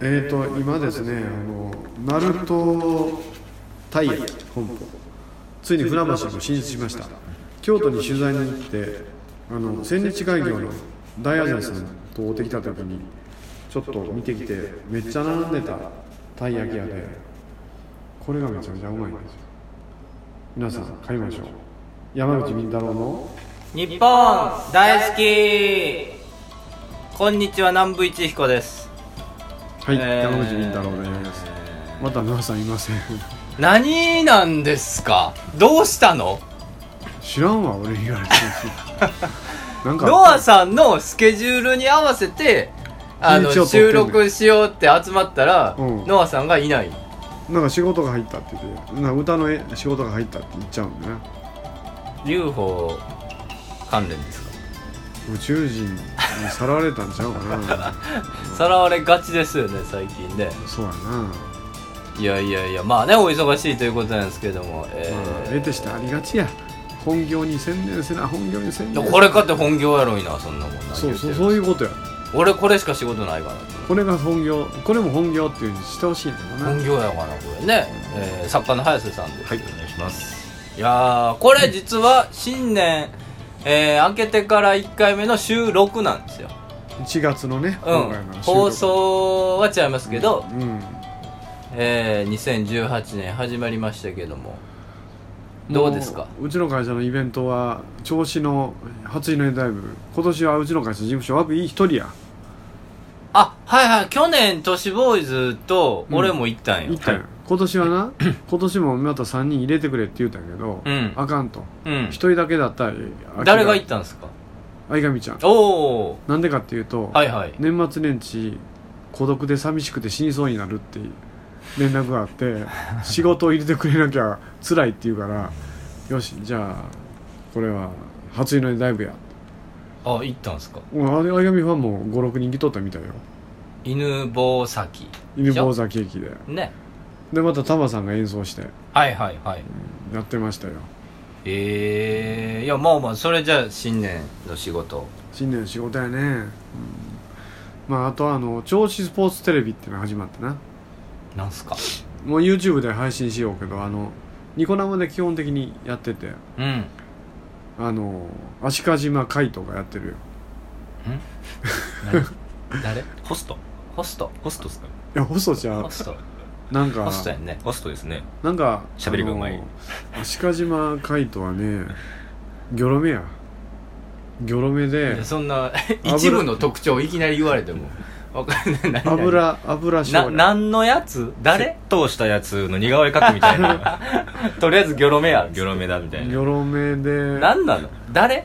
えーと今ですねあの鳴門タイヤ本舗ついに船橋にも進出しました京都に取材に行ってあの千日開業の大安西さんと会うてきた時にちょっと見てきてめっちゃ並んでたたい焼き屋でこれがめちゃめちゃうまいんですよ皆さん買いましょう山口み太郎の日本大好きこんにちは南部一彦ですはい、えー山口み太郎ですまた皆さんいません何なんですかどうしたの知らんわ俺に言われて なんかノアさんのスケジュールに合わせてあの日を取ってんね収ん録しようって集まったら、うんノアさんがいないなんか仕事が入ったって言ってなんか歌のえ仕事が入ったって言っちゃうんだね UFO 関連ですか宇宙人にさらわれたんちゃうかな さらわれがちですよね最近ねそうやな、まいやいやいやまあねお忙しいということなんですけども、えあ、ー得てしてありがちや本業に専念せな本業に専念せなこれかって本業やろいなそんなもんなそうそう言てるそういうことや俺これしか仕事ないからこれが本業これも本業っていうふうにしてほしいんだよな本業やからこれね、えー作家の早瀬さんではす、いお願いしますいやーこれ実は新年、えー明けてから1回目の収録なんですよ、 1月のね、うん今回の収録放送は違いますけど、うんえー2018年始まりましたけどもどうですかもううちの会社のイベントは調子の初日のライブ今年はうちの会社事務所ワブ一人やあはいはい去年都市ボーイズと俺も行ったんよ、行ったやん今年はな 今年もまた3人入れてくれって言うたんやけど、うんあかんとうん一人だけだったら誰が行っったんですか相上ちゃんおおなんでかっていうと、はいはい年末年始孤独で寂しくて死にそうになるって連絡があって 仕事を入れてくれなきゃ辛いって言うからよしじゃあこれは初のライブやあ行ったんですかうんあれ相上ファンも56人来とったみたいよ犬坊崎犬坊座ケーキでねでまたタマさんが演奏してはいはいはいやってましたよええいやまあまあそれじゃあ新年の仕事新年仕事やね、うんまああとはあの銚子スポーツテレビっていうのが始まってななんすかもう YouTube で配信しようけどあのニコ生で基本的にやってて うんあの足利島海斗がやってるよ誰ホストホストホストっすかいや細ちゃんホストなんかホストやんねホストですねなんか喋りがうまいあの足利島海斗はねギョロ目やギョロ目でそん な油一部の特徴をいきなり言われてもわかんない何々油油な醤油何のやつ誰倒したやつの似顔絵描くみたいな とりあえずギョロ目やギョロ目だみたいギなョロ目で何なの誰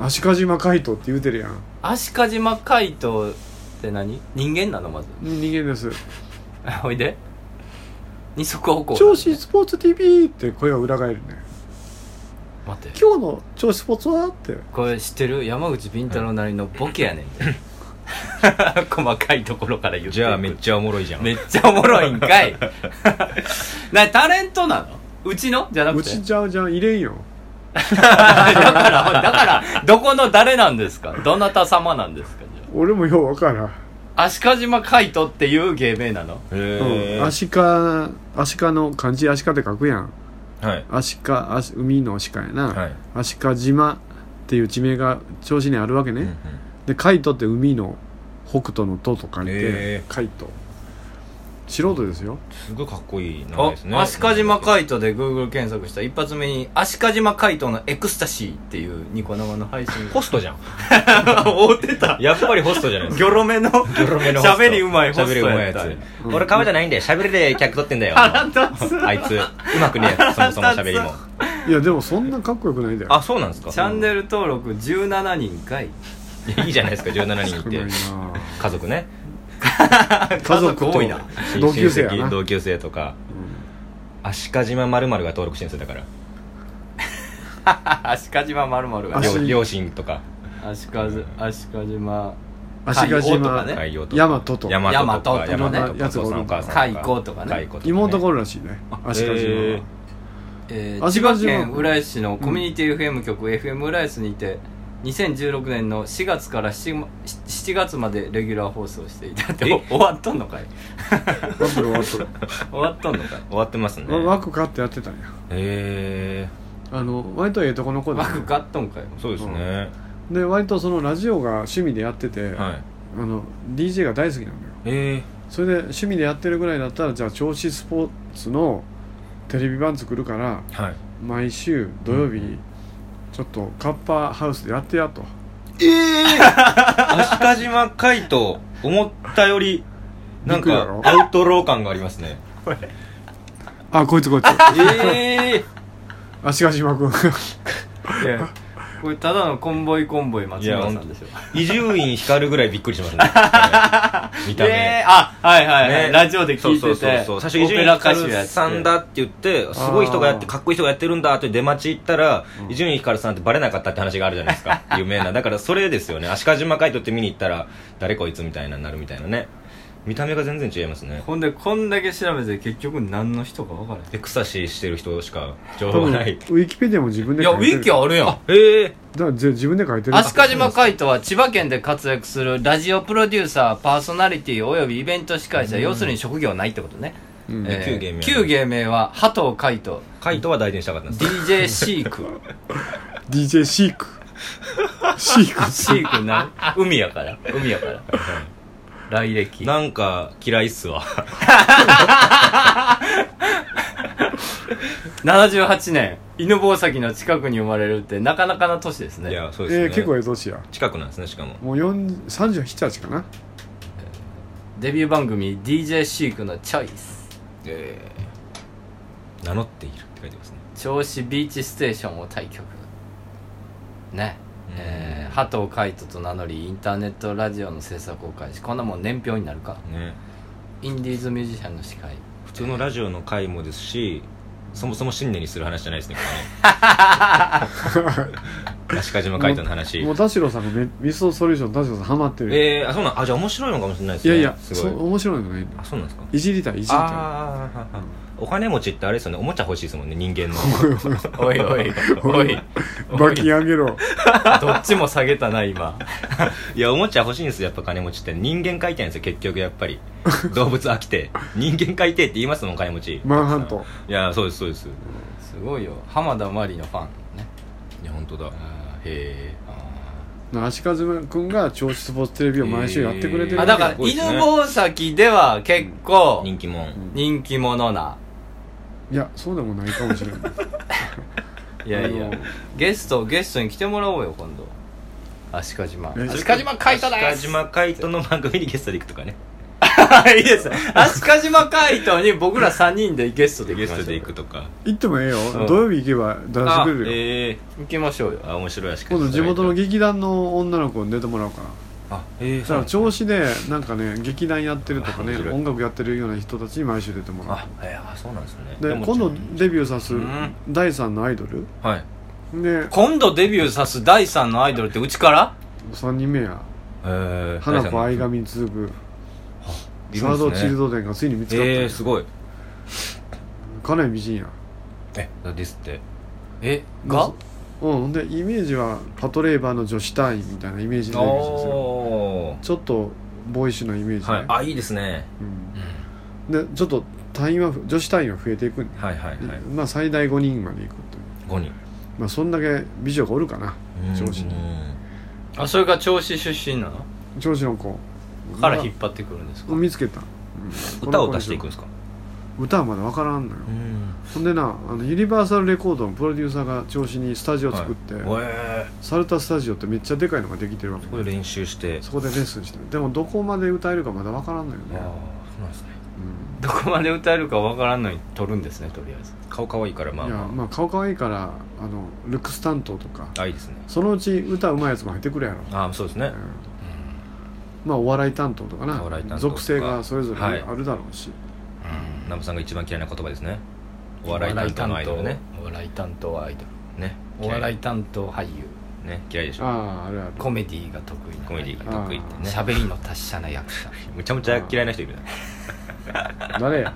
足利島海斗って言うてるやん足利島海斗って何人間なのまず人間ですおいで二足歩行銚子スポーツ TV って声が裏返るね待って今日の銚子スポーツはってこれ知ってる山口敏太郎なりのボケやねん細かいところから言っていくじゃあめっちゃおもろいじゃんめっちゃおもろいんかいなタレントなのうちのじゃなうくてちちゃうじゃん入れんよだからだからどこの誰なんですかどなた様なんですかじゃ俺もようわからんあ足利島海斗っていう芸名なのへうえん、アシカアシカの漢字アシカって書くやんはいアシカアシ海のシカやな、はいアシカ島っていう地名が銚子にあるわけね、うんうんでカイトって海の北斗の都と書いて、へーカイト素人ですよすごいかっこいい名前おですね足利島海斗で Google 検索した一発目に足利島海斗のエクスタシーっていうニコ生の配信ホストじゃんが追ってたやっぱりホストじゃないです ギかョロめのギョロ目のホスト喋りうまいホスト喋りうまいややったつうん俺顔じゃないんで喋りで客取ってんだよ腹立 つあいつうまくねえそもそも喋りもいやでもそんなかっこよくないだよあそうなんですかチャンネル登録17人 かいいやいいじゃないですか17人少いないてな家族ね家族と多いな親同級生や親な戚同級生とか足利島まるが登録申請だから足利島まるまるが足両両親とか足利足利島足利海王と島かね海洋と大和と大和とか大和とか大ね和とかお父さんお母さんとか海溝とかね海溝ね妹がおるらしいね足利島は、へーえー足千利島葉県浦安市のコミュニティ FM 局、FM 浦安にて2016年の4月から 7, 7月までレギュラー放送していたってえお終わっとんのかいワップルワップ終わっとんのかい終わってますねルわワクカってやってたんやへえあの割とええとこの子で枠買っとんかいそうですね、で割とそのラジオが趣味でやってて、はいあの DJ が大好きなんだよえそれで趣味でやってるぐらいだったらじゃあ銚子スポーツのテレビ版作るからえはい毎週土曜日にちょっとカッパーハウスでやってやとええ飛鳥島海と思ったよりなびんっくりだかろアウトロー感がありますねあこいつこいつええ足利島君いやこれただのコンボイコンボイ松村さんでしょ伊集院光るぐらいびっくりしますね見た目、ええあはいはいはい、ねラジオで聞いててそうそうそうそう最初伊オ集ペ院ラ歌手や光ってさんだって言ってすごい人がやってあーかっこいい人がやってるんだって出待ち行ったら伊集院光さんってバレなかったって話があるじゃない ですか有名なだからそれですよね足利島海斗って見に行ったら誰こいつみたいななるみたいなね見た目が全然違いますねほんでこんだけ調べて結局何の人か分からへんエクサシーしてる人しか情多報が分ウないィキペディアも自分いでや書ウいてるィキあるやんええだからぜ自分で書いてる飛鳥島海斗は千葉県で活躍するラジオプロデューサーパーソナリティおよびイベント司会者、要するに職業ないってことね、うんえー旧芸名旧芸名は加藤海斗海斗は大事にしたかったんです DJ シーク DJ シークシーク シークな海やから海やから来歴なんか嫌いっすわ78年犬吠埼の近くに生まれるってなかなかな年ですねいやそうですね、えー、結構ええ年や近くなんですねしかももう4 37歳かなデビュー番組 DJ シークのチョイスええ名乗っているって書いてますね銚子ビーチステーションを対局ねうんえー、波藤海人と名乗りインターネットラジオの制作を開始こんなもん年表になるかねインディーズミュージシャンの司会普通のラジオの回もですしそもそも新年にする話じゃないですねこ れね足利島海斗の話もう田代さんがめミストソリューション田代さんハマってるよ、えー、あそうなんあじゃあ面白いのかもしれないですいねやいやすそごいう面白いのないんだあそうなんですかいじりたいいじりたああーはいはいはいお金持ちってあれですよねおもちゃ欲しいですもんね人間 のおいおいおいい罰金あげろ どっちも下げたな今いやおもちゃ欲しいんですよやっぱ金持ちって人間飼いたいんですよ結局やっぱり動物飽きて人間飼いてえって言いますもん金持ちマンハントいやそうですそうですすごいよ浜田真理のファンねいや本当だあーへ足利君が銚子スポーツテレビを毎週やってくれてえるわあけだからすごい犬ですね吠埼では結構人気もんん人気者ないやそうでもないかもしれないいやいやあのゲストゲストに来てもらおうよ今度足利島え足利島海斗で鹿す島海斗の番組にゲストで行くとかねいいです足利島海斗に僕ら3人でゲストでゲ行きまスしょトうで行くとか行ってもええようん土曜日行けば出してあくれるよええ行きましょうよあ面白いらしくて今度地元の劇団の女の子に出てもらおうかなあええだから調子でなんかね劇団やってるとかねあ面白い音楽やってるような人たちに毎週出てもらあいやそうなんですねうでも今度デビューさすうん第3のアイドルはいで今度デビューさす第3のアイドルってうちから3人目やえー花大子さん愛神に続くいサるんーですドチねルド伝がついに見つかったんや、ええすごいかなり美人やえですってえがうんほんでイメージはパトレーバーの女子隊員みたいなイメージでおデビューするおちょっとボーイッシュなイメージね、はいあいいですねうん、でちょっと隊員は女子隊員は増えていくんで、はいはいはいまあ最大5人までいくという5人まあそんだけ美女がおるかな調子ににあそれが銚子出身なの調子の子から引っ張ってくるんですかまあ見つけた、うん歌を出していくんですか歌はまだ分からんのよ、んほんでなあのユニバーサルレコードのプロデューサーが調子にスタジオ作って、はいえサルタスタジオってめっちゃでかいのができてるわけえこれ練習してそこでレッスンしてるでもどこまで歌えるかまだ分からんのよああね、そうなんですねうどこまで歌えるかわからんのに撮るんですねとりあえず顔可愛いからまん、いやあまあ顔可愛いからあのルックス担当とかあいいですねそのうち歌うまいやつも入ってくるやろ、あそうですねうんまあお笑い担当とかなお笑い担当とか属性がそれぞれはいあるだろうし、南部さんが一番嫌いな言葉ですねお笑い担当のアイドルねお笑い担当アイドねルお笑い担当俳優いね嫌いでしょあああるあるコメディが得意なコメディが得意ってね喋りの達者な役者むちゃむちゃ嫌いな人いるな誰 や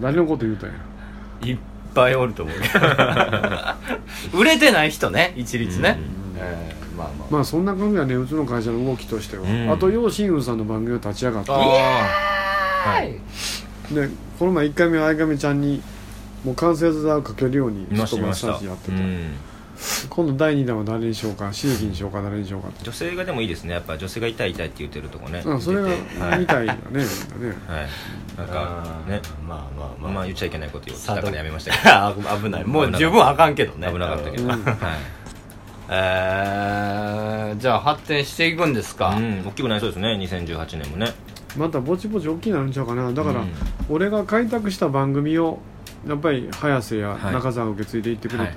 誰のこと言うたんやいっ ぱいおると思う売れてない人ね一律ね、うんえーまあまあまあそんな感じはねうちの会社の動きとしては、うんあと楊新雲さんの番組が立ち上がったあーはいでこの前1回目は相上ちゃんにもう関節剤をかけるようにいましたいマまッしサーたジやってうて、ん今度第2弾は誰にしようか刺激にしようか誰にしようか と女性がでもいいですねやっぱ女性が痛い痛いって言ってるとこねあそれが出てはい見たいよねみんなねはいなんかあーねまあまあまあまあ言っちゃいけないこと言ったさからどやめましたけどあ危ないもう十分あかんけどね危なかったけど、うはんえー、じゃあ発展していくんですか、い、うん、大きくなりそうですね2018年もねまたぼちぼち大きいなるんちゃうかなだから、うん俺が開拓した番組をやっぱり早瀬やはい中澤が受け継いでいってくれたら、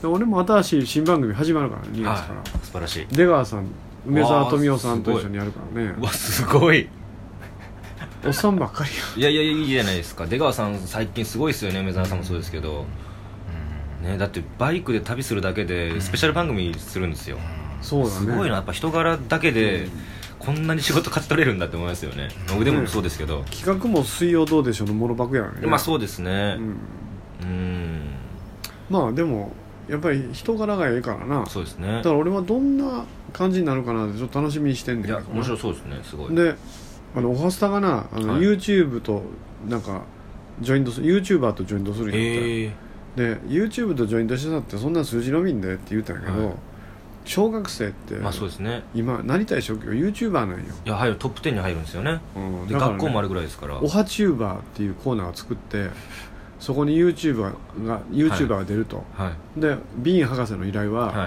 で俺も新しい新番組始まるから2月から、はい素晴らしい出川さん梅沢わあ富美男さんとすごい一緒にやるからねうわすごいおっさんばっかりいやいやいいじゃないですか出川さん最近すごいですよね梅沢さんもそうですけど、ね、だってバイクで旅するだけでスペシャル番組するんですよ、やそうだねすごいなやっぱ人柄だけでこんなに仕事勝ち取れるんだって思いますよね腕もそうですけど、企画も「水曜どうでしょう」のモノバクやからねまあそうですねうんうんまあでもやっぱり人柄がええからなそうですねだから俺はどんな感じになるかなってちょっと楽しみにしてんねんいけどやな面白そうですねすごいであのオハスタがなあの、はい YouTube となんかジョイントす YouTuber とジョイントするんやった、ええで YouTube とジョイントしてたってそんな数字伸びんでって言ったんやけど、はい小学生って、まあそうですね今なりたい職業 YouTuber なんよ、いやはいトップ10に入るんですよねうんでだからね学校もあるぐらいですからオハチューバーっていうコーナーを作ってそこに YouTuber が YouTuber が出ると、はいでビーン博士の依頼は、は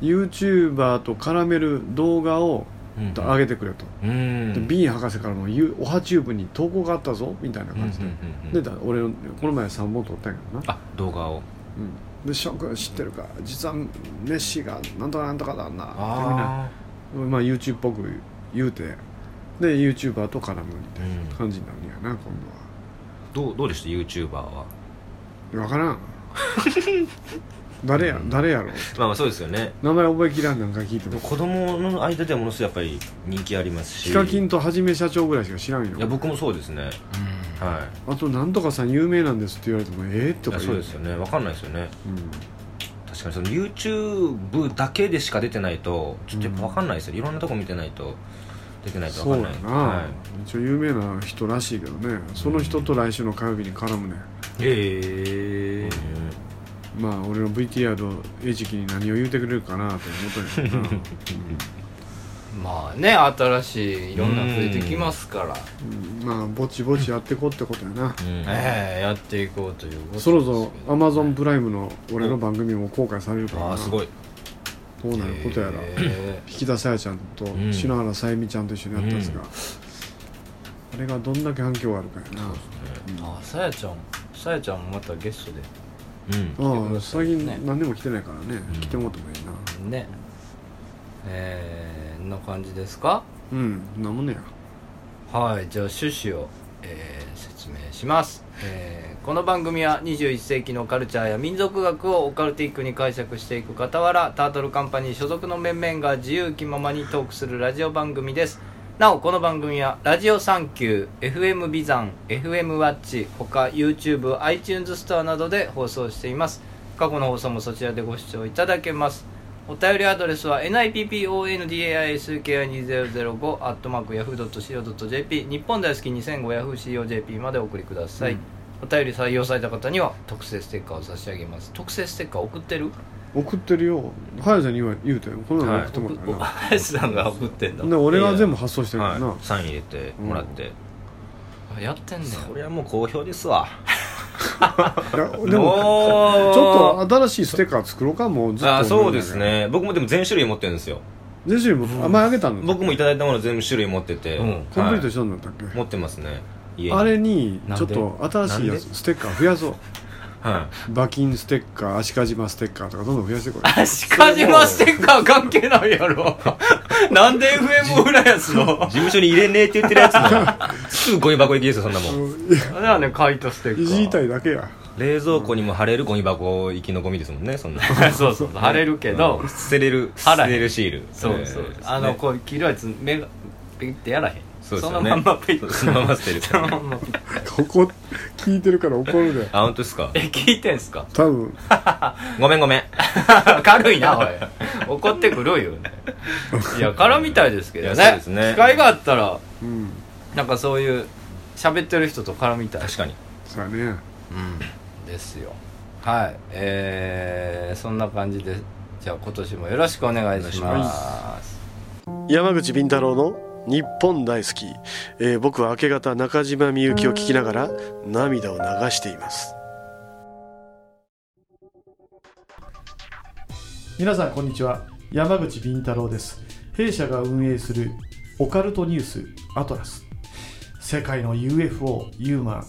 いユーチューバーと絡める動画をうん上げてくれと、うでんビーン博士からのユオハチューブに投稿があったぞみたいな感じで、うんうんうでんだ俺のこの前3本撮ったんやけどな、あ動画をうん、で「翔くん知ってるか実はメッシがなんとかなんとかだな」あってみんな、まあ、YouTube っぽく言うてで YouTuber と絡むみたいな感じになるんやな、今あどうどうでした YouTuber は度は分からん誰や誰やろまあまあそうですよね名前覚えきらんなんか聞いてでもも子供の間ではものすごいやっぱり人気ありますしヒカキンとはじめ社長ぐらいしか知らんよいや僕もそうですねはあと「なんとかさん有名なんです」って言われても「えー、いといかや言そうですよねわかんないですよねうん確かにその YouTube だけでしか出てないとちょっとやっぱわかんないですよ、いろんなとこ見てないと出てないとそわうかんやないな、はい、一応有名な人らしいけどねその人と来週の火曜日に絡むね、ええまあ俺の VTR を餌食に何を言うてくれるかなと思ったんや けどな、まあね新しいいろんなの増えてきますから、うんまあぼちぼちやってこってことやなうんうんええやっていこうということですそけどろそろ Amazon プライムの俺の番組も公開されるからあなあすごいどうなることやら、ええ引田沙耶ちゃんとん篠原さゆみちゃんと一緒にやったんですが、あれがどんだけ反響があるかやなあさやちゃんさやちゃんもまたゲストでうんああ最近ね何でも来てないからね、来てもらってもいいなねえー、な感じですかうんそんなもんねやはいじゃあ趣旨を、えー説明します、えーこの番組は21世紀のカルチャーや民族学をオカルティックに解釈していく傍らタートルカンパニー所属の面々が自由気ままにトークするラジオ番組ですなおこの番組はラジオサンキュー FM ビザン FM ワッチ他 YouTubeiTunes ストアなどで放送しています過去の放送もそちらでご視聴いただけますお便りアドレスは nippondaiski2005-yahoo.co.jp 日本大好き 2005yahoo.co.jp までお送りください、お便り採用された方には特製ステッカーを差し上げます特製ステッカー送ってる送ってるよ早瀬には言うたよこの前送ってもらったよな、林さんが送ってんだで俺が全部発送してるからな、はい、サイン入れてもらって、あやってんだよそりゃもう好評ですわいやでもちおーょっと新しいステッカー作ろうかもうずっとあーそうですね僕もでも全種類持ってるんですよジェシーも前あげたの僕もいただいたもの全部種類持ってて、うんはいコンプリートしたんだったっけ、持ってますね家にあれになんちょでっと新しいやなんつステッカー増やそうは馬金ステッカー足利島ステッカーとかどんどん増やしてこい足利島ステッカー関係ないやろなんで FM 浦安い、の事務所に入れねえって言ってるや つのすぐゴミ箱行きですよそんなもんあれはねカイトステッカーいじりたいだけや冷蔵庫にも貼れるゴミ箱行きのゴミですもんねそんな そうそう晴れるけど、捨てれる貼捨らへんてれるシールそうそう、えーあのこう黄色いやつ目がピッてやらへんそうそうですよそのねまんまペイそのまま捨 てるからねここ聞いてるから怒るであ本当ですかえ聞いてんすか 多分ごめんごめん軽いなおい怒ってくる よねいやからみたいですけどいやそうねですね機会があったらうんなんかそういう喋ってる人と絡みたい確かにそうやねうんですよはいえー、そんな感じでじゃあ今年もよろしくお願いします山口敏太郎の日本大好き、えー僕は明け方中島みゆきを聞きながら涙を流しています皆さんこんにちは山口敏太郎です弊社が運営するオカルトニュースアトラス世界の UFO ユーマン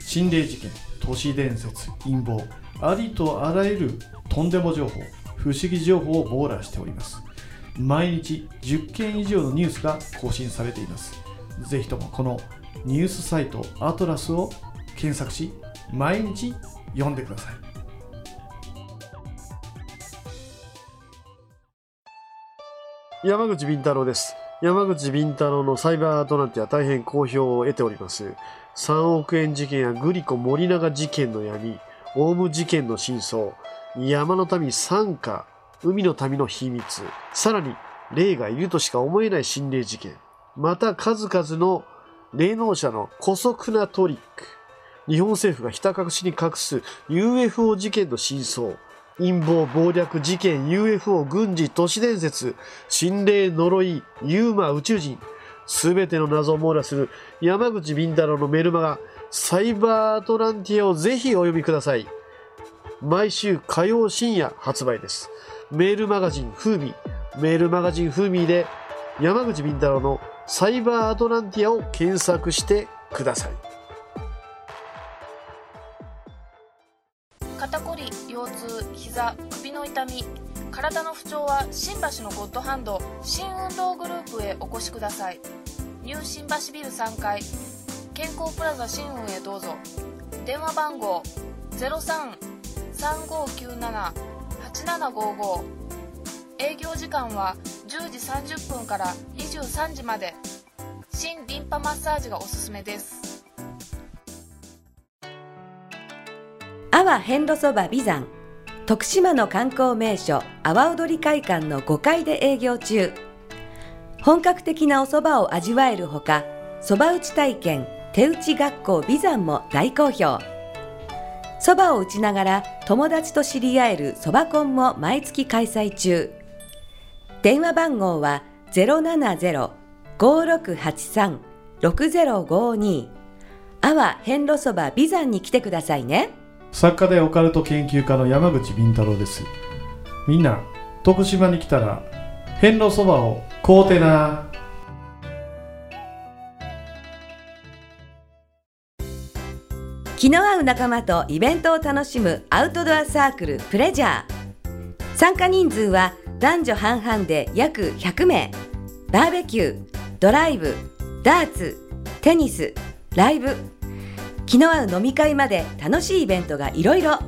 心霊事件都市伝説陰謀ありとあらゆるとんでも情報不思議情報を網羅しております毎日10件以上のニュースが更新されていますぜひともこのニュースサイトアトラスを検索し毎日読んでください山口敏太郎です山口敏太郎のサイバーアトランティア大変好評を得ております3億円事件やグリコ森永事件の闇オウム事件の真相山の民参加海の民の秘密さらに霊がいるとしか思えない心霊事件また数々の霊能者の古速なトリック日本政府がひた隠しに隠す UFO 事件の真相陰謀暴略事件 UFO 軍事都市伝説心霊呪いユーマ宇宙人すべての謎を網羅する山口敏太郎のメルマガサイバーアトランティアをぜひお読みください毎週火曜深夜発売ですメールマガジンフーミーメールマガジンフーミーで山口敏太郎のサイバーアトランティアを検索してください肩こり腰痛膝首の痛み体の不調は新橋のゴッドハンド新運動グループへお越しくださいニュー新橋ビル3階健康プラザ新運へどうぞ電話番号0335978755営業時間は10時30分から23時まで新リンパマッサージがおすすめです阿波遍路そば美山徳島の観光名所阿波踊り会館の5階で営業中本格的なお蕎麦を味わえるほか蕎麦打ち体験手打ち学校美山も大好評蕎麦を打ちながら友達と知り合える蕎麦コンも毎月開催中電話番号は070-5683-6052阿波遍路そば美山に来てくださいね作家でオカルト研究家の山口敏太郎ですみんな徳島に来たら遍路そばを買うてな気の合う仲間とイベントを楽しむアウトドアサークルプレジャー参加人数は男女半々で約100名バーベキュードライブダーツテニスライブ気の合う飲み会まで楽しいイベントがいろいろ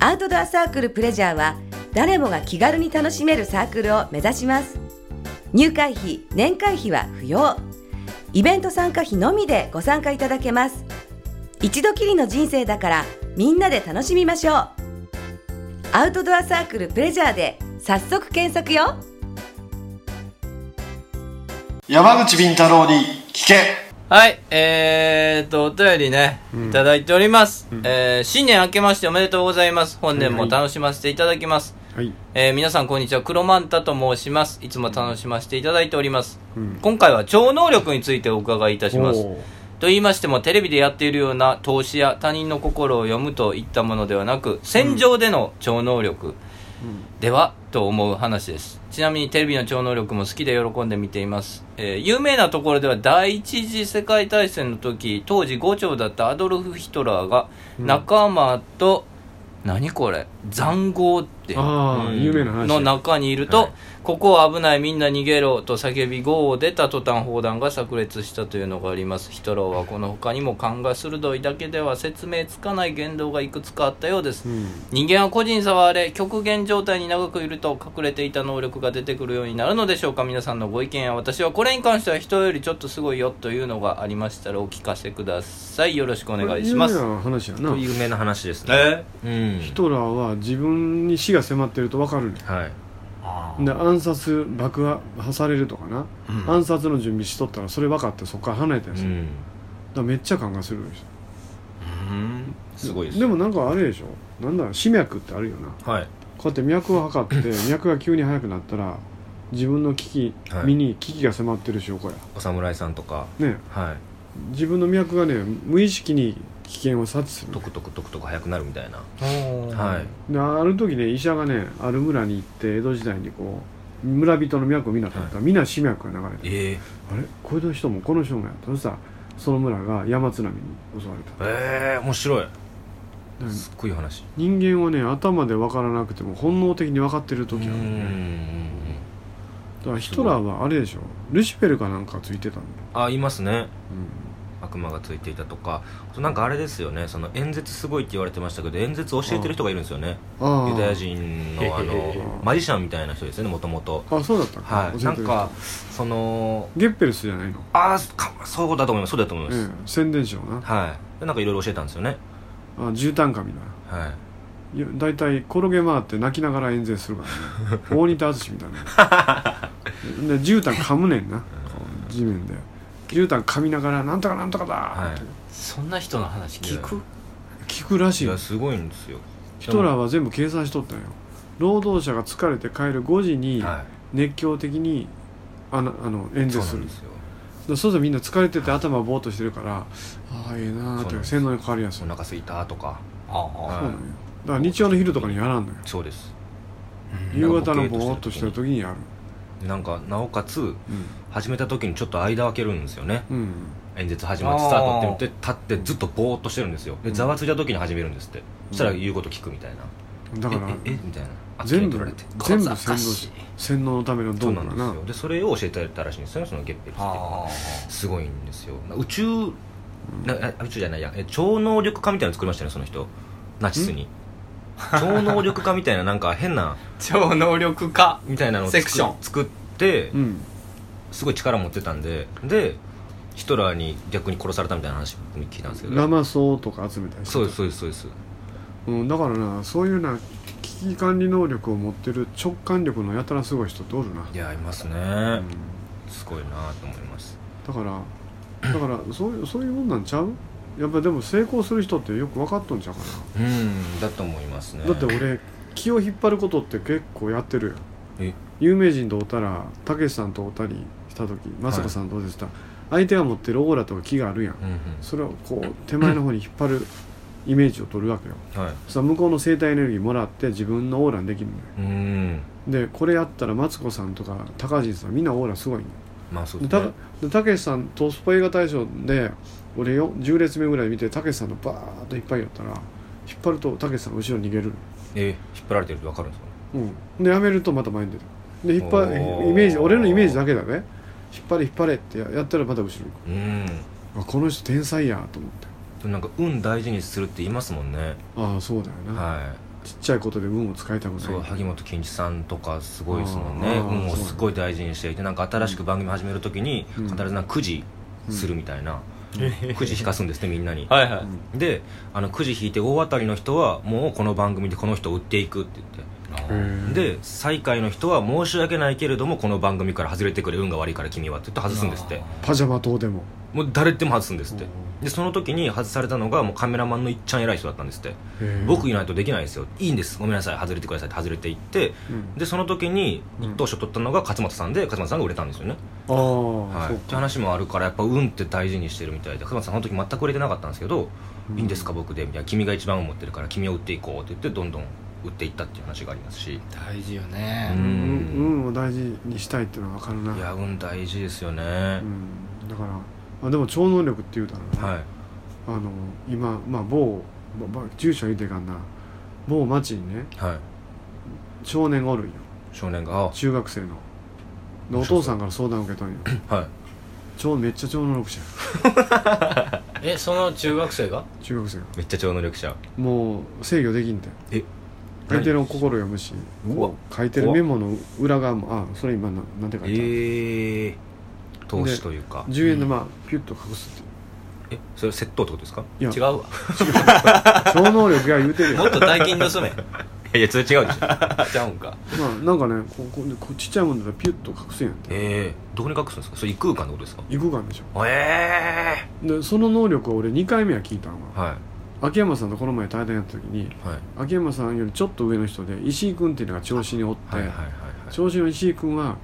アウトドアサークルプレジャーは誰もが気軽に楽しめるサークルを目指します入会費年会費は不要イベント参加費のみでご参加いただけます一度きりの人生だからみんなで楽しみましょうアウトドアサークルプレジャーで早速検索よ山口敏太郎に聞けはい、えーと、お便りね、いただいております。えー新年明けましておめでとうございます。本年も楽しませていただきます。はいえー皆さんこんにちは、黒マンタと申します。いつも楽しませていただいております。うん今回は超能力についてお伺いいたします。おーと言いましても、テレビでやっているような投資や他人の心を読むといったものではなく、戦場での超能力では、と思う話です。ちなみにテレビの超能力も好きで喜んで見ています。えー有名なところでは第一次世界大戦の時、当時伍長だったアドルフ・ヒトラーが仲間と、何これ塹壕ってああ、うん有名な話の中にいると、はいここは危ないみんな逃げろと叫び号を出た途端砲弾が炸裂したというのがありますヒトラーはこの他にも勘が鋭いだけでは説明つかない言動がいくつかあったようです、人間は個人差はあれ極限状態に長くいると隠れていた能力が出てくるようになるのでしょうか皆さんのご意見や私はこれに関しては人よりちょっとすごいよというのがありましたらお聞かせくださいよろしくおお願いします有名な話やな有名な話ですねえうんヒトラーは自分に死が迫ってると分かるはいので暗殺爆破されるとかな、暗殺の準備しとったらそれ分かってそこから離れたんですうよ、だんからめっちゃ感がするんですよすごいですでもなんかあれでしょなんだろう死脈ってあるよなはいこうやって脈を測って脈が急に速くなったら自分の危機、はい身に危機が迫ってる証拠やお侍さんとかねはい自分の脈がね無意識に危険を察知するトクトクトクトク早くなるみたいなははいである時ね医者がねある村に行って江戸時代にこう村人の脈を見なかったら皆死脈が流れてええあれこういう人もこの人もやったそしたらその村が山津波に襲われたええ面白いうんすっごい話人間はね頭で分からなくても本能的に分かってるう時あるんだからヒトラーはあれでしょルシフェルかなんかついてたんだよ、あいますねうん悪魔がついていたとかあとなんかあれですよねその演説すごいって言われてましたけど演説教えてる人がいるんですよねああユダヤ人のあのマジシャンみたいな人ですよねもともとあそうだったは教えいてなるん人かそのゲッペルスじゃないの、ああそうだと思いますそうだと思いまえすえ、宣伝書なはいでなんかいろいろ教えたんですよねあ絨毯紙だはいいや大体転げ回って泣きながら演説するからね 大仁田淳みたいなで絨毯噛むねんなこう地面で絨毯噛みながら「なんとかなんとかだ!」はっていそんな人の話聞く聞くらしいいやよすごいんですよヒトラーは全部計算しとったんよ労働者が疲れて帰る5時には熱狂的にあのあの演いそ説うなすんるですよそうするとみんな疲れてて頭ぼーっとしてるからああええなーっそうなんてです洗脳に変わりやすいお腹すいたとかそうあなんよだから日曜の昼とかにやらんのよそうです夕方のぼーっとしてる時にやるなんかなおかつう始めた時にちょっと間を空けるんですよねん、うん、演説始まってスタートって言って立ってずっとぼーっとしてるんですよでざわついた時に始めるんですってそしたら言うこと聞くみたいなだからえええみたいなあ全切部れて全部洗小脳賢しし洗脳のためのそ道具うなだんでなすよでそれを教えてたらしいんですよねそのゲッペルスっていうのはすごいんですよ宇宙なあ宇宙じゃないやえ超能力化みたいなの作りましたねその人ナチスに超能力化みたいななんか変な超能力家みたいなのをセクション作ってうんすごい力持ってたんででヒトラーに逆に殺されたみたいな話聞いたんですけラどマソとか集めたりしてそうですそうですそうですうん、だからなそういうな危機管理能力を持ってる直感力のやたらすごい人っておるないやいますね、うんすごいなと思いますだからだからそういうそういうもんなんちゃうやっぱでも成功する人ってよく分かっとんちゃうかうんだと思いますねな、だって俺気を引っ張ることって結構やってるよえ有名人とおったらたけしさんとおったりした時雅子さんとおうでした、相手が持ってるオーラとか気があるやんうんそれをこう手前の方に引っ張るイメージを取るわけようんはいそしたら向こうの生体エネルギーもらって自分のオーラにできるのようんでこれやったらマツコさんとか高橋さんみんなオーラすごいんよまあそうでですたねでたけしさんトスポ映画大賞で俺よ10列目ぐらい見てたけしさんのバーッといっぱいやったら引っ張るとたけしさん後ろに逃げるえ引っ張られてると分かるんですかねうんでやめるとまた前に出るで引っ張おーイメージ俺のイメージだけだね引っ張れ引っ張れってややったらまた後ろに行うくんあこの人天才やと思ってでもなんか運大事にするって言いますもんね、ああそうだよな、はちっちゃいことで運を使いたくいないそう萩本欽一さんとかすごいですもんねあー運をすごい大事にしていてなんか新しく番組始めるときにうん必ずなんかくじするみたいな、くじ引かすんですってみん なにはいはいであのくじ引いて大当たりの人はもうこの番組でこの人を売っていくって言ってへーで最下位の人は申し訳ないけれどもこの番組から外れてくれ運が悪いから君はって言って外すんですってパジャマ党でももう誰でも外すんですってでその時に外されたのがもうカメラマンのいっちゃん偉い人だったんですってへー僕いないとできないですよいいんですごめんなさい外れてくださいって外れていってうんでその時に一等賞取ったのが勝俣さんで勝俣さんが売れたんですよね、ああ、はい、そっうて話もあるからやっぱ運って大事にしてるみたいで勝俣さんその時全く売れてなかったんですけど、いいんですか僕でみたいな君が一番運持ってるから君を売っていこうって言ってどんどん売っていったっていう話がありますし大事ようね、うんん運を大事にしたいっていうのは分かるないや運大事ですよねう、ん、だからあでも超能力って言うたらな、はいあの今、まあ、某、まま住所言うていかんな某町にねはい少年がおるんよ少年が中学生のでお父さんから相談を受 けたんよあはい超めっちゃ超能力者やえその中学生が中学生がめっちゃ超能力者もう制御できんてえ相手の心読むしうわ書いてるメモの裏側もあそれ今ななんて書いてある、ええ投資というか10円玉ピュッと隠すっていうえそれ窃盗ってことですかいや違うわ超能力や言うてるよ もっと 大金盗めいやそれ違うでしょちゃうんかまあなんかねこここちっちゃいもんだったらピュッと隠すんやんてええどこに隠すんですかそれ異空間のことですか異空間でしょえでその能力を俺2回目は聞いたのえはは秋山さんとこの前対談やった時にいはい秋山さんよりちょっと上の人で石井君っていうのが調子におって、はいはいはいは調子の石井君は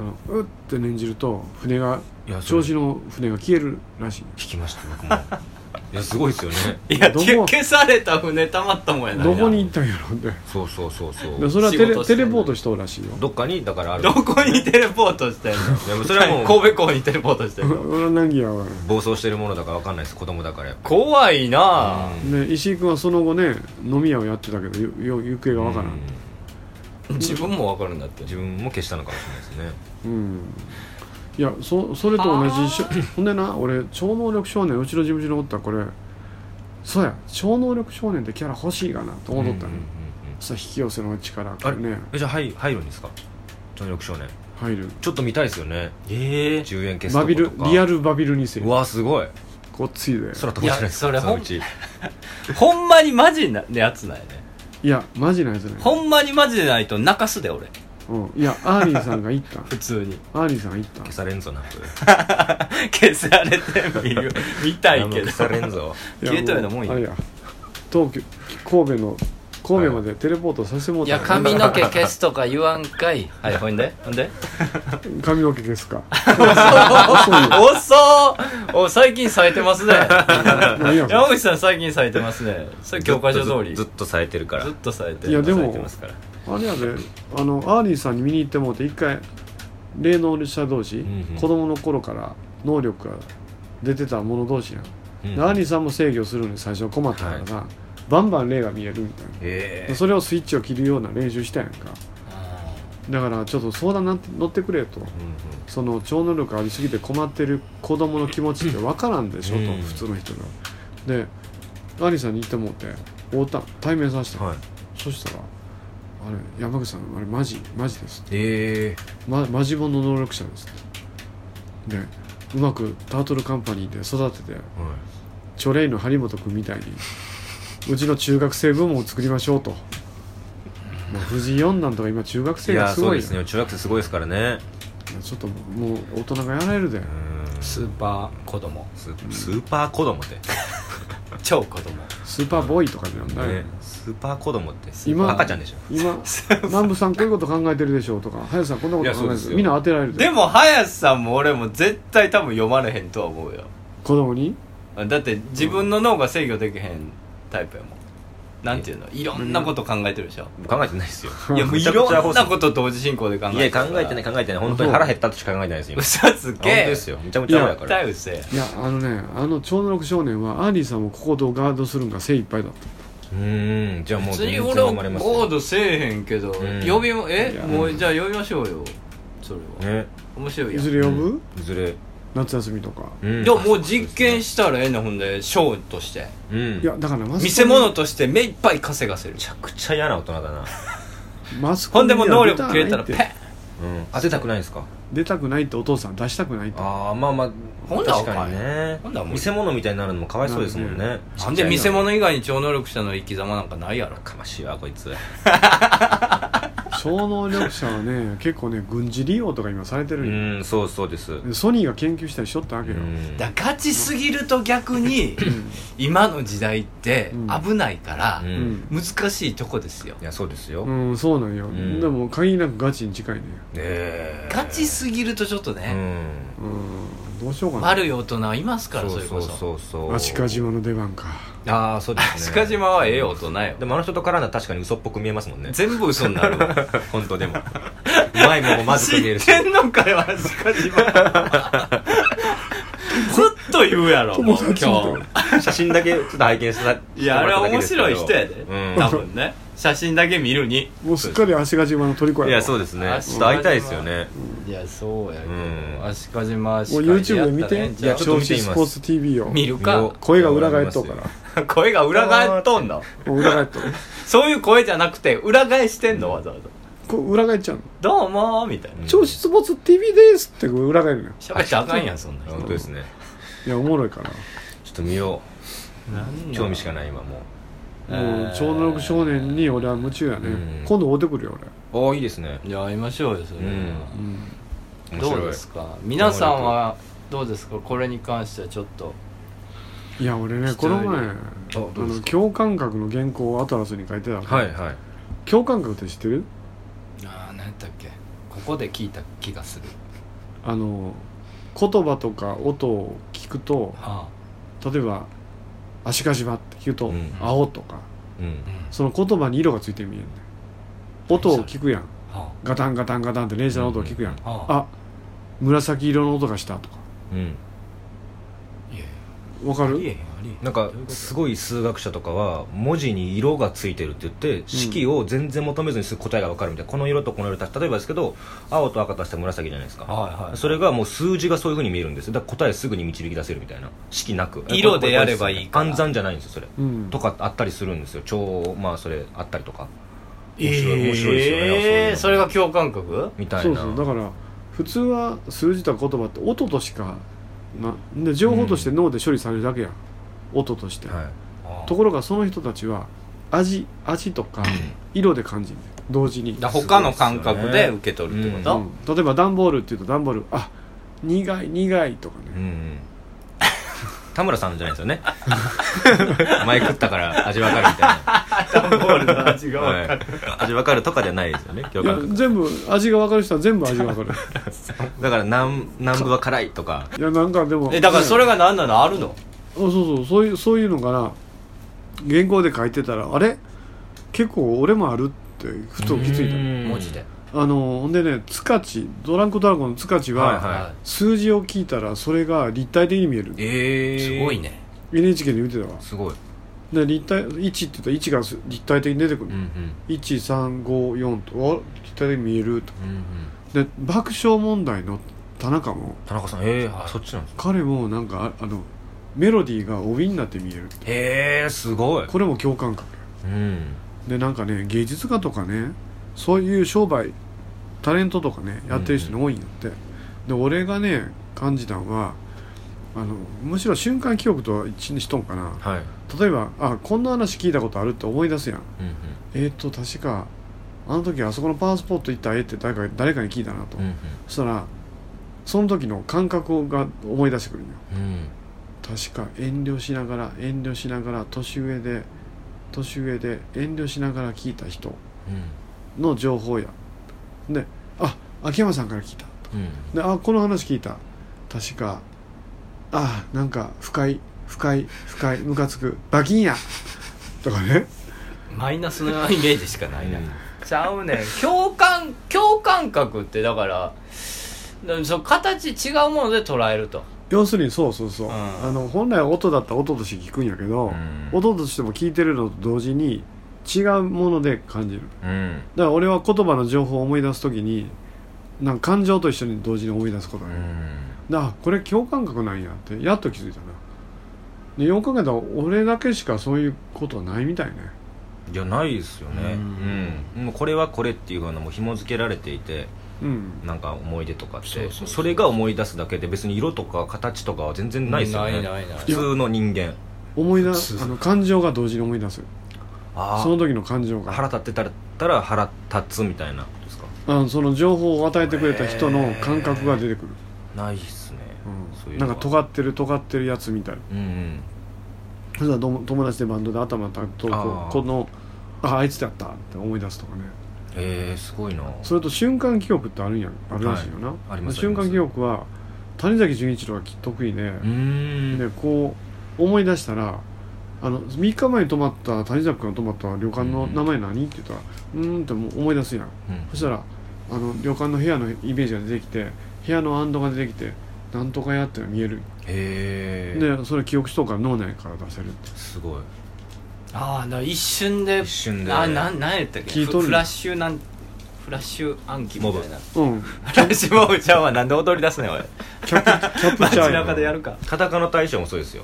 あのうって念じると船がいいやそ調れ子の船が消えるらしい聞きました僕もいやすごいですよねいやどこ消消された船たまったもんやなどこに行ったんやろってそうそうそうそでうそれはテ仕レ事しテてんレのポートしとうらしいよどっかにだからあるどこにテレポートしてんのいやそれはもう神戸港にテレポートしてんの俺は何やわ暴走してるものだからわかんないです子供だからやっぱ怖いなあ で石井君はその後ね飲み屋をやってたけどよよ行方がわからうんん自分もわかるんだって自分も消したのかもしれないですねうん、いやそそれと同じしょほんでな俺超能力少年うちの事務所におったこれそうや超能力少年ってキャラ欲しいかなと思っとったの、うんうんうんうんさ引き寄せの力あかられねえじゃあ入入るんですか超能力少年入るちょっと見たいですよねええ10円消すバとビルことかリアルバビル2世うわすごいこっついで空飛ばしてないですかいやそれのうちほんまにマジなやつなんやねいやマジなやつね、ほんまにマジでないと泣かすで俺うん、いやアーリーさんが行 った普通にアーリーさんが行った消されんぞなこれ消されてみる見たいけど消されんぞいや消えとるようなもんやあれや東京神戸の神戸までテレポートさせてもういたや髪 の毛消すとか言わんかいはいほんでほんで髪の毛です か遅っお最近咲いて ますね何や山口さん最近咲いてますねそれ教科書通りずずっっとされてるからと咲いていやでも冴えてますからあれやであのアーリーさんに見に行ってもうて一回霊能者同士、んうん子供の頃から能力が出てた者同士やん、うんでアーリーさんも制御するのに最初は困ったからな、バンバン霊が見えるみたいなえでそれをスイッチを切るような練習したやんかだからちょっと相談なんて乗ってくれとえうんうんその超能力ありすぎて困ってる子供の気持ちって分からんでしょ、うんと普通の人がでアーリーさんに言ってもうて会うた対面させた、はいそしたら「あれ山口さんあれマジマジです」ええま、マジモンの能力者です」でうまくタートルカンパニーで育ててはチョレイの張本君みたいにうちの中学生部門を作りましょうと、まあ、藤井四段とか今中学いい生がやすそごういでよすね中学生すごいですからねちょっともう大人がやられるでうんスーパー子供ススーパー子供って超子供スーパーボーイとかになんだよ、ねスーパー子供って今赤ちゃんでしょ 今南部さんこういうこと考えてるでしょうとか林さんこんなこと考えていやそうでるすよみんな当てられるででも林さんも俺も絶対多分読まれへんとは思うよ子供にだって自分の脳が制御できへんタイプやもんなんていうのいろんなこと考えてるでしょ考えてないで すよいやもうめいちゃくちゃろんなこと同時進行で考えいてやるから考えてない考えてない本当に腹減ったとしか考えてないです今嘘つ本当けですよめちゃめちゃやか絶ら対うせえいやあのねあの超能力少年はアーリーさんをこことガードするんが精一杯だったうーんじゃあもう別全に然俺は生ゴまれますよードせえへんけどん呼びもえいやもうじゃあ呼びましょうよそれはね面白いいやんずでれ呼ぶ、いずれ夏休みとかうんもう実験したらええねんほんでショーとしてうんいやだからマスコミ見せ物として目いっぱい稼がせるめちゃくちゃ嫌な大人だなマスほコんミでにもはう能力消えたらペ出ッないってうん当てたくないですか出たくないってお父さん出したくないってああまあまあほんなら確かにねほんならもう見せ物みたいになるのもかわいそうですもんねなんで見せ物以外に超能力者の生き様なんかないやろかましいわこいつ超能力者はね結構ね軍事利用とか今されてうるんよんそうそうですうソニーが研究したりしとったわけよ、んだガチすぎると逆に今の時代って危ないからうんうん難しいとこですよいやそうですようん、そうなんよ、んでも限りなくガチに近いねえガチすぎるとちょっとうねんうんどうしようかな悪い大人いますからそれこそそうそう足利島の出番かああそうですね鹿島はええ大人よでもあの人と絡んだら確かに嘘っぽく見えますもんね全部嘘になるわ 本当でもうまいもんもまずく見える しんのかよ 鹿島ずっと言うやろもう今日写真だけちょっと拝見したいやあれは面白い人やで、うん多分ね写真だけ見るにもうすっかり足が島の虜いややなそうですねあちょっと会いたいですよねいやそうやけど、うん足利島しもうか YouTube で見ていやちちょょっっ銚と見て子みますスポーツ TV をと見るか声が裏返っとうかいやら声が裏返っとんのもう裏返っとうそういう声じゃなくて裏返してんのわざわざこう裏返っちゃうの「どうも」みたいな銚子スポーツ TV ですってこう裏返るのよ喋っちゃあかんやんそんな人本当ですねいやおもろいかちょっと見よなんうだ興味しかない今もうなもう超能力少年に俺は夢中やうねん今度会うてくるよおーいいですねいや会いましょうよそれは、うん俺うん面白いどうですか皆さんはどうですかこれに関してはちょっといや俺ね貴この重に前あどうでのすか共感覚の原稿をアトラスに書いてたはいはい共感覚って知ってるああ何やったっけここで聞いた気がするあの言葉とか音を聞くとあ例えば「足が島」って聞くと「うん青」とかうんあ、うんその言葉に色がついて見えるねん音を聞くやんあガタンガタンガタンって電車の音を聞くやんああああ紫色の音がしたとかうんいやいやわかありえるへんありえへんなんかすごい数学者とかは文字に色がついてるって言って式を全然求めずにすぐ答えが分かるみたいなこの色とこの色足し例えばですけど青と赤足して紫じゃないですかはいはいそれがもう数字がそういうふうに見えるんですよだから答えすぐに導き出せるみたいな式なく色でやればいいから暗算じゃないんですよそれうんとかあったりするんですよ超まあそれあったりとか面白い面白いですよねええー、そそうれいうのが共感覚みたいそうなそうだから普通は数字とか言葉って音としかなで情報として脳で処理されるだけやん、音として、はいところがその人たちは味味とか色で感じる同時に、だ他の感覚で受け取るってこうと、ん、例えば段ボールっていうと段ボールあ苦い苦いとかうんうね、ん田村さんじゃないですよね 前食ったから味わかるみたいなボールの味がはい、味わかるとかじゃないですよね共感いや覚全部味が分かる人は全部味が分かるだから南南部は辛いとかいやなんかでもえだからそれねが何なのあるのあそうそうそういうそういうのかな原稿で書いてたらあれ結構俺もあるってふと気づいたうん文字であのほんでね塚地ドランコドラゴンの塚地は、はい数字を聞いたらそれが立体的に見えるええいすごいね NHK で見てたわすごい、で立体1って言ったら1がす立体的に出てくる、ん1354とあ立体的に見えるとうんうん、で爆笑問題の田中も田中さんええあそっちなんです彼もなんかああのメロディーが帯になって見えるへえすごいこれも共感覚うんでなんかね芸術家とかねそういう商売タレントとかねやってる人に多いんやって、で俺がね感じたんはあのむしろ瞬間記憶とは一致にしとんかなはい、例えばあこんな話聞いたことあるって思い出すやんうんうんえっ、ー、と確かあの時あそこのパワースポット行ったらええって誰か誰かに聞いたなと、うんそしたらその時の感覚が思い出してくるんようん確か遠慮しながら遠慮しながら年上で年上で遠慮しながら聞いた人の情報やであ秋山さんから聞いたうんであこの話聞いた確かあなんか不快不快不快ムカつくバキンやとかねマイナスのイメージしかないな、うんちゃうねん共感共感覚ってだからだからその形違うもので捉えると要するにそうそうそう、うんあの本来は音だったら音として聞くんやけど、うん音としても聞いてるのと同時に違うもので感じるうんだから俺は言葉の情報を思い出す時になんか感情と一緒に同時に思い出すことがあうる、んであこれ共感覚なんやってやっと気づいたなでよく考えたら俺だけしかそういうことはないみたいねいやないですよねうん、もうこれはこれっていうふうなもう紐付けられていてうんなんか思い出とかってそうそうそうれが思い出すだけで別に色とか形とかは全然ないですよねないないない普通の人間思い出普通あの感情が同時に思い出すあその時の感情が腹立ってたらたら腹立つみたいなことですかあのその情報を与えてくれた人の感覚が出てくる、ないっすね、う、そうんいうなのんはか尖ってる尖ってるやつみたいなうんうんそしたらども友達でバンドで頭たくとこあーうこのああいつだったって思い出すとかねえー、すごいなそれと瞬間記憶ってあるんやんあるらしいよな、いあります瞬間記憶は谷崎潤一郎が得意でう、ーんでこう思い出したらあの3日前に泊まった谷崎君が泊まった旅館の名前何って言ったら「うーん」ってもう思い出すやんうんそしたらあの旅館の部屋のイメージが出てきて部屋のアンドが出てきてなんとかやっていうのが見えるへえでそれ記憶とか脳内から出せるってすごいああだから一瞬で一瞬であななんやったっけ聞いとフるフラッシュなんフラッシュ暗記みたいな うんフラッシュモブちゃんはなんで踊り出すねんおいキャップキャップ街チャーや中でやるかカタカナ大賞もそうですよ、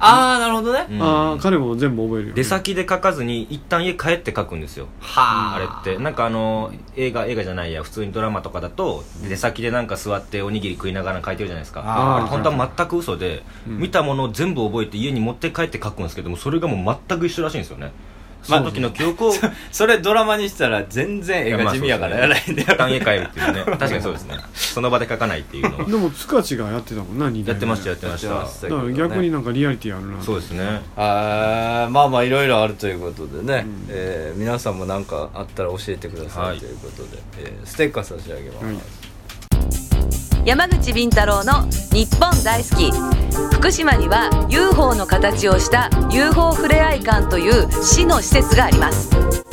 ああなるほどねうんああ彼も全部覚えるよ、ね、出先で書かずに一旦家帰って書くんですよはああれってなんかあの映画映画じゃないや普通にドラマとかだと出先でなんか座っておにぎり食いながら書いてるじゃないですかあーあれ本当は全く嘘で、うん見たものを全部覚えて家に持って帰って書くんですけどもそれがもう全く一緒らしいんですよねその時の記憶をそれドラマにしたら全然 映画地味やからやらないんだ一よ旦家帰るって いうね確かにそうですねその場で書かないっていうのはでも塚地がやってたもんな2やってましたやってましやったてましただから逆になんかリアリティあるなそうですねあーまあまあいろいろあるということでね、えー皆さんも何かあったら教えてくださはいいということで、えーステッカー差し上げます、はい山口敏太郎の日本大好き福島には UFO の形をした UFO ふれあい館という市の施設があります